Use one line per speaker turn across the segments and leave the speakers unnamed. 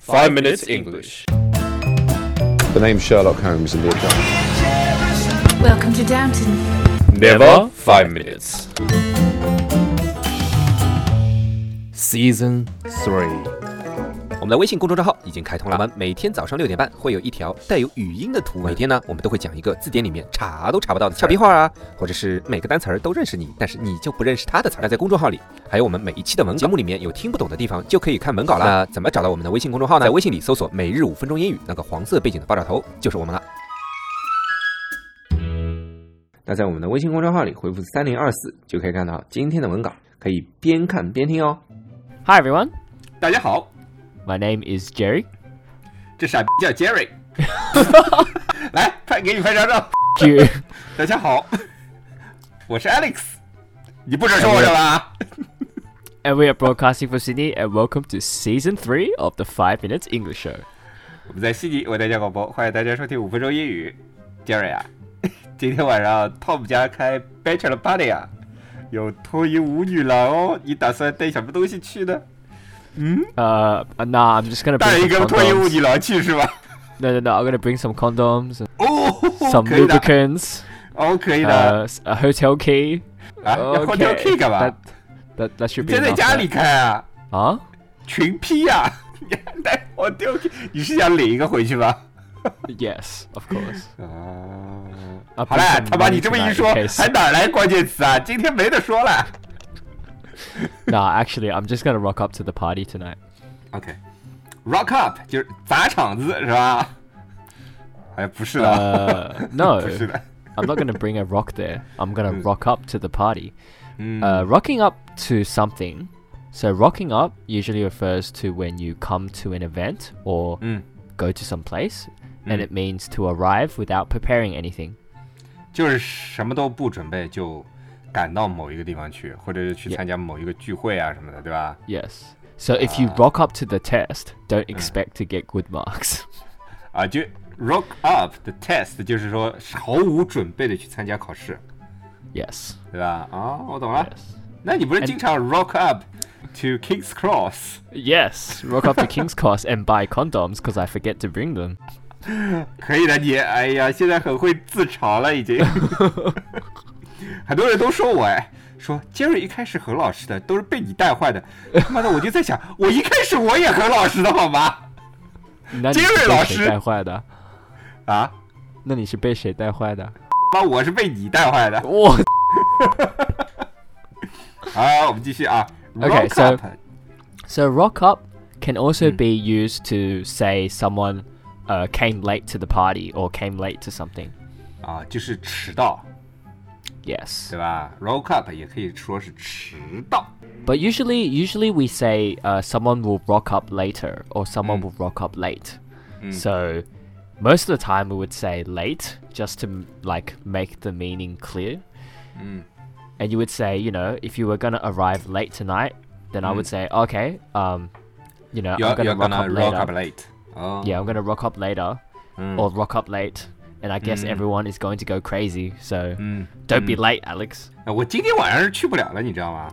Five Minutes English.
The name Sherlock Holmes in the account.
Welcome to Downton.
Never five minutes.
Season Three，
我们的微信公众账号已经开通了，我们每天早上六点半会有一条带有语音的图文。每天呢，我们都会讲一个字典里面查都查不到的俏皮话啊，或者是每个单词儿都认识你，但是你就不认识它的词儿。那在公众号里，还有我们每一期的文稿节目里面有听不懂的地方，就可以看文稿啦。那怎么找到我们的微信公众号呢？在微信里搜索“每日五分钟英语”，那个黄色背景的爆炸头就是我们了。那在我们的微信公众号里回复三零二四，就可以看到今天的文稿，可以边看边听哦。
Hi everyone,
大家好，
my name is Jerry.
这傻逼叫 Jerry。来拍，给你拍张照。
Q
大家好，我是 Alex。你不准说我这吧？
and we are broadcasting from Sydney and welcome to Season Three of the Five Minutes English Show.
我们在悉尼为大家广播，欢迎大家收听五分钟英语。Jerry 啊，今天晚上 Tom 家开 Bachelor Party 啊，有脱衣舞女郎哦。你打算带什么东西去呢？
Uh, uh, nah, I'm just gonna
带
bring
一
some
个脱衣舞
condoms.
女郎去是吧？
No, no, no. I'm gonna bring some condoms, and
哦，
some
可以的，
lubricants,
哦，可以的。
uh, s- a hotel key.
啊，要
OK，
hotel key 干嘛
that-？That that should
你
be
先在
enough.
家里开啊，
啊？
群批啊， 你还带 hotel key，你是想领一个回去吧？
Yes, of course.
哦，
I'll
好
bring
了，
some
他把
money
你这么一
tonight
说
in，case-
还哪儿来关键词啊？今天没得说了。
Nah, actually, I'm just gonna rock up to the party tonight.
OK，rock、up 就是砸场子是吧？哎，不是的啊，
Uh, no.
不是的，
I'm not going to bring a rock there. I'm going to rock up to the party.
嗯
Uh, rocking up to something. So, rocking up usually refers to when you come to an event or
嗯，
go to some place, and
Mm.
it means to arrive without preparing anything.
就是什么都不准备就赶到某一个地方去，或者是去
Yeah
参加某一个聚会啊什么的，对吧？
Yes. So, if you rock up to the test, don't expect to get good marks.
啊，就 rock up 的 test 就是说毫无准备的去参加考试，
yes.
对吧？啊，我懂了。
Yes.
那你不
哎
是经常 rock up to King's Cross？
Yes. Rock up to King's Cross and buy condoms because I forget to bring them.
可以的，你哎呀，现在很会自嘲了，已经。 很多人都说我哎，说 Jerry 一开始很老实的，都是被你带坏的。他妈的，我就在想， 我一开始我也很老实的好吗？Jerry 老师。啊，
那你是被谁带坏的？那你是被谁带坏的？我
妈，我是被你带坏的。好，我们继续啊。
Okay,
rock
so-
up，
So rock up can also
Hmm.
be used to say someone uh, came late to the party or came late to something.
啊，就是迟到，
Yes,
对吧？rock up 也可以说是迟到。
but usually, usually we say uh, someone will rock up later or someone
Hmm.
will rock up late. So most of the time we would say late just to m- like make the meaning clear.
Hmm.
And you would say, you know, if you were gonna arrive late tonight, then I would say, okay, um, you know,
Hmm. You're
I'm gonna
you're
rock
gonna
up
rock
later.
up late。哦，
yeah, I'm gonna rock up later, or rock up late, and I guess everyone is going to go crazy. So
Mm.
don't be late, Alex.
那嗯我今天晚上是去不了了，你知道吗？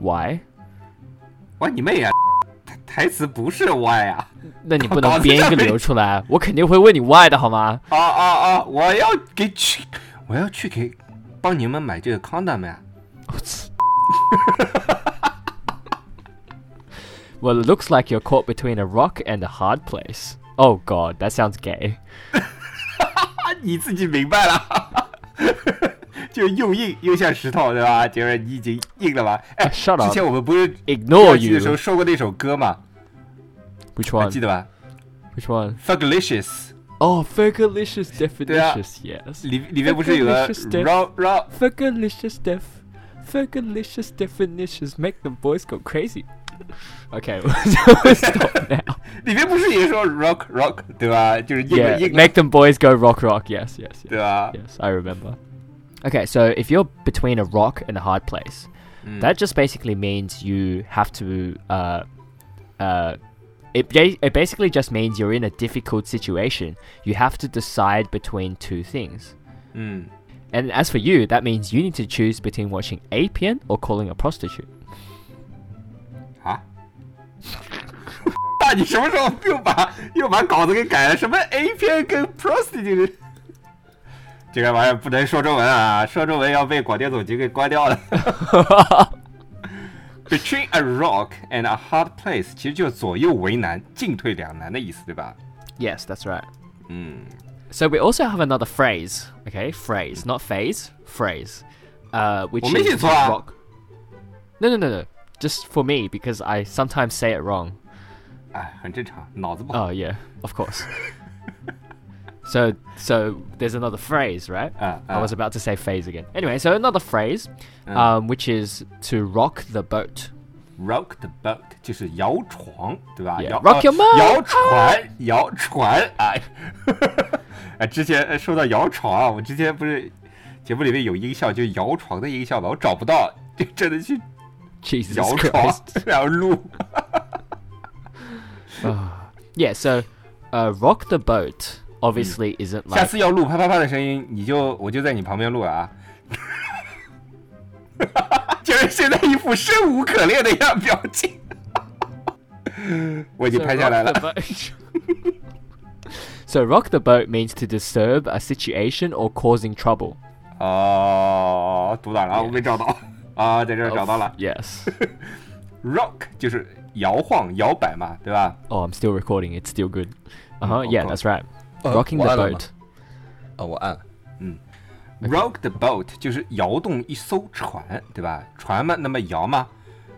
Why?
我你妹呀、台台词不是 why 啊！
那你不能编一个流出来，我肯定会问你 why 的好吗？
啊啊啊！我要给去，我要去给帮你们买这个 condom 呀、
Well, it looks like you're caught between a rock and a hard place. Oh God, that sounds gay.
啊！你自己明白了， 就又硬又像石头，对吧？杰瑞，你已经硬了吧？哎，
Shut
之
up.
前我们不是
Ignore
第二季的时候
you.
说过那首歌吗？
Which
还
one?
记得吧
Which one?
？Fuglicious
Oh, fergalicious definitions. Yes.
里里面不是有个
Fuglicious Death
rock rock
Fergalicious def. Fergalicious definitions make the boys go crazy. Okay, stop now.
里面不是也说 rock rock 对吧？就是硬了
yeah,
硬了
make them boys go rock rock. Yes, yes,
对
yes,
吧？
yes. I remember. Okay, so if you're between a rock and a hard place,
嗯 Mm.
that just basically means you have to. Uh, uh, it, ba- it basically just means you're in a difficult situation. You have to decide between two things.
嗯，
And as for you, that means you need to choose between watching APN or calling a prostitute.
啊 啊！大爸，你什么时候又把又把稿子给改了？什么 A 片跟 prostitute，这个玩意儿不能说中文啊，说中文要被广电总局给关掉了。Between a rock and a hard place，其实就是左右为难、进退两难的意思，对吧？
Yes, that's right.
嗯
So we also have another phrase, okay? Phrase, not phase, phrase. Uh, which
Well, maybe
is
it's wrong.
rock. No, no, no, no. Just for me because I sometimes say it wrong.
哎，很正常，脑子不好。
Oh yeah, of course. so so there's another phrase, right?
Uh,
I was
uh.
about to say phase again. Anyway, so another phrase,
Uh.
um, which is to rock the boat.
Rock the boat 就是摇床，对吧
Yeah,
摇
rock
呃
your boat，啊
摇船，摇船，哎， 哎，之前呃说到摇床啊，我之前不是节目里面有音效，就是摇床的音效嘛，我找不到，就真的去
Jesus
摇床
Christ.
然后录。
Yeah. So uh, rock the boat obviously isn't
下
like
次要录啪啪啪的声音，你就我就在你旁边录了啊。 就是现在一副生无可恋的样表情， 我已经
So
拍下来
rock
了
the。boat- so rock the boat means to disturb a situation or causing trouble.
哦，读哪了啊？我没找到啊，在这儿找到了。
Yes.
Rock 就是摇晃、摇摆嘛，对吧？
Oh, I'm still recording. It's still good. Uh huh.
of
Yeah,
course.
that's right.
Uh,
Rocking the
why not?
boat.
哦，我按了。
Rock the boat 就是摇动一艘船，对吧？船嘛，那么摇嘛，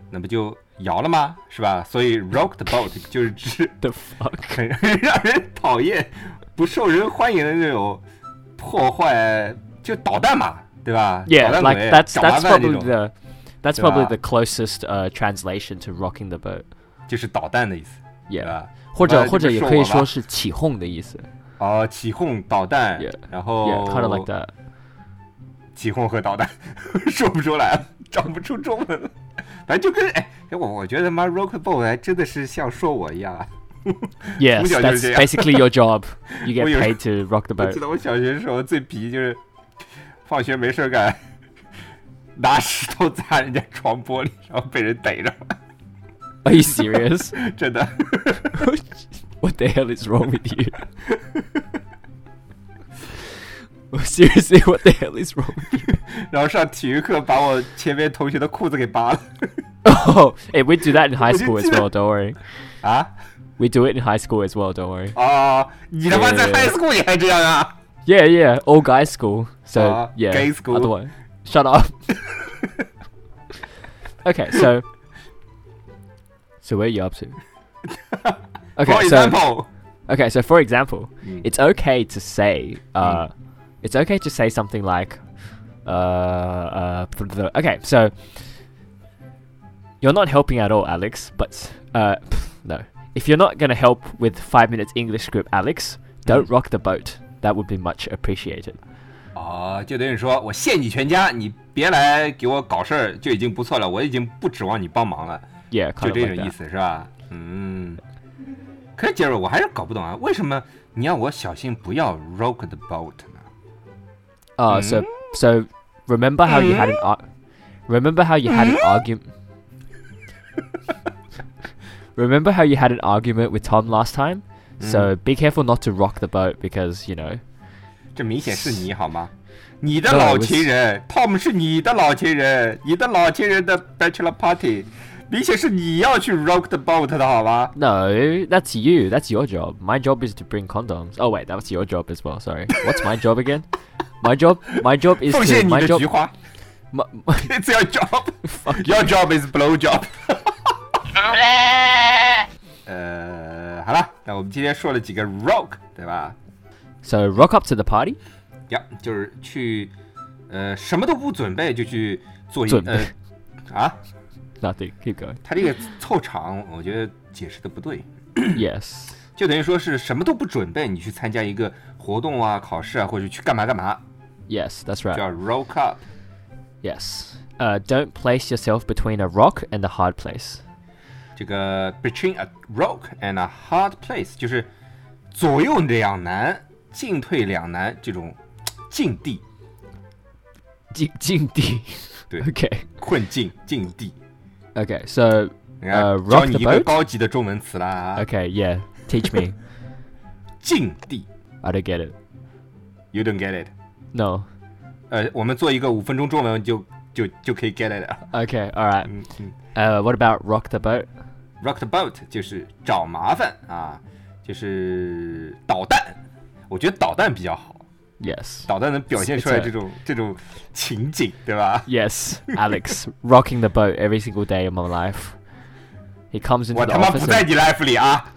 那不就摇了吗？是吧？所以 rock the boat 就是指
The fuck.
很让人讨厌、不受人欢迎的那种破坏，就捣蛋嘛，对吧？捣
Yeah,
蛋
like
鬼
that's
找麻烦
that's
这
probably
种，
the that's probably
Yeah.
the closest uh, translation to rocking the boat.
就是捣蛋的意思，对
Yeah，
吧？
或
那
者
就
或者
是
也
说
可以
我吧
说是起哄的意思。
哦，起哄、捣蛋
Yeah.
然后
Yeah, kind of like that.
起哄和导弹， 说不出来了，找不出中文了。反正就跟哎，我我觉得妈 Rock Ball 还真的是像说我一样啊。
Yes,
从小就是
that's
这样。
basically your job. You get
我有
paid to rock the
我记
boat.
得我小学的时候最皮就是，放学没事儿干， 拿石头砸人家床玻璃，然后被人逮着，
Are you serious?
真的。
what the hell is wrong with you? Seriously, what the hell is wrong with you?
然后上体育课把我前面同学的裤子给扒了
Oh, hey, we do that in high
Did you
school as
do
well.
that?
Don't worry.
啊
We do it in high school as well. Don't worry.
哦，你他妈在
对
high school 也还这样啊？
Yeah, yeah, all guys school. So
Uh,
yeah,
gay school.
Otherwise, shut up. okay, so so where are you up to?
For
Okay, so
example，
okay, so for example, it's okay to say uh, it's okay to say something like uh, uh th- th- okay, so you're not helping at all, Alex. But uh, no, if you're not gonna help with five minutes English group, Alex, don't rock the boat. That would be much appreciated.
哦，就等于说我谢你全家，你别来给我搞事儿就已经不错了，我已经不指望你帮忙了，
Yeah,
就
kind of
这
like
种意
that.
思是吧？嗯。可是杰瑞，我还是搞不懂啊，为什么你要我小心不要 rock the boat 呢？
Oh, so so remember how you had an ar- remember how you had an argument. remember how you had an argument with Tom last time? So be careful not to rock the boat because you know.
这明显是你好吗？你的
No,
老
it was-
情人 Tom 是你的老情人，你的老情人的 bachelor party，明显是你要去 rock the boat 的好吗？
No, that's you. That's your job. My job is to bring condoms. Oh wait, that was your job as well. Sorry. What's my job again? My job. My job is
奉献
to.
你
My
的
job.
菊花
My, my-
，It's your job. Your job is blow job. 呃，好了，那我们今天说了几个 rock，对吧？
so rock up to the party.
呀，就是去，呃，什么都不准备就去做一
准备
呃啊，
Nothing. Keep going.
他这个凑场，我觉得解释的不对。
yes.
就等于说是什么都不准备，你去参加一个活动啊、考试啊，或者去干嘛干嘛，
Yes. That's right.
叫 rock up。
Yes. Uh, don't place yourself between a rock and a hard place.
这个 between a rock and a hard place 就是左右两难、进退两难这种嘖境地，
Jing- jing di.
Dude.
okay.
困境境地。
Okay. So
你看
呃
教
rock
你
the
一个
boat？
高级的中文词啦啊，
Okay, yeah. Teach me.
境地
I don't get it.
，you don't get it。
No.
呃，我们做一个五分钟中文就就就可以 get it 了。
Okay, all right.
嗯嗯
Uh, what about rock the boat?
，rock the boat 就是找麻烦啊，就是捣蛋。我觉得捣蛋比较好，
Yes.
捣蛋能表现出来
It's a-
这种这种情景，对吧？
Yes, Alex, rocking the boat every single day of my life. He comes into
我
the
他妈不
office.
在
And,
你 life 里 啊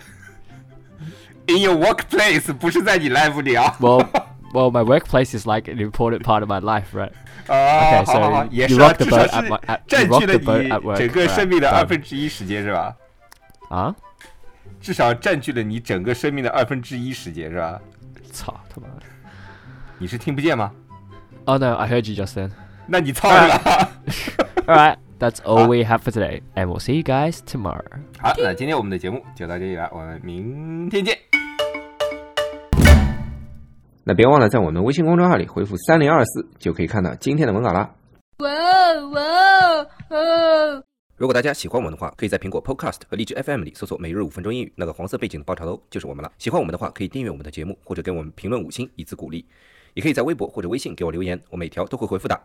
，in your workplace 不是在你 life 里啊。
well, well, my workplace is like an important part of my life, right?
啊，
Okay,
好好好，
so
也
you
是啊，
rock the
至少
boat at
是
my- at- you
占据
rock
了
the boat at
你
work
整个
at
生命的
done.
二分之一时间是吧？
Ah,
至少占据了你整个生命的二分之一时间是吧？你是听不见吗？
Oh no, I heard you just then.
那你操了。
啊
All right, that's all we have for today, and we'll see you guys tomorrow.
好，那今天我们的节目就到这里了，我们明天见。
那别忘了在我们微信公众号里回复三零二四，就可以看到今天的文稿啦。
哇哦哇哦哦！
如果大家喜欢我们的话，可以在苹果 Podcast 和荔枝 FM 里搜索“每日五分钟英语”，那个黄色背景的爆炒头就是我们了。喜欢我们的话，可以订阅我们的节目，或者给我们评论五星以资鼓励。也可以在微博或者微信给我留言，我每条都会回复的。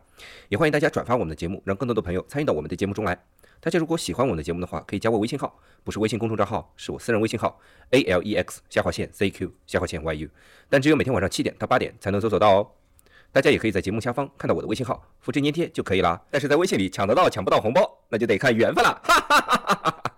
也欢迎大家转发我们的节目，让更多的朋友参与到我们的节目中来。大家如果喜欢我们的节目的话，可以加我微信号，不是微信公众账号，是我私人微信号 a l e x 下划线 z q 下划线 y u，但只有每天晚上七点到八点才能搜索到哦。大家也可以在节目下方看到我的微信号，复制粘贴就可以了啊。但是在微信里抢得到抢不到红包，那就得看缘分了。哈哈哈哈哈哈。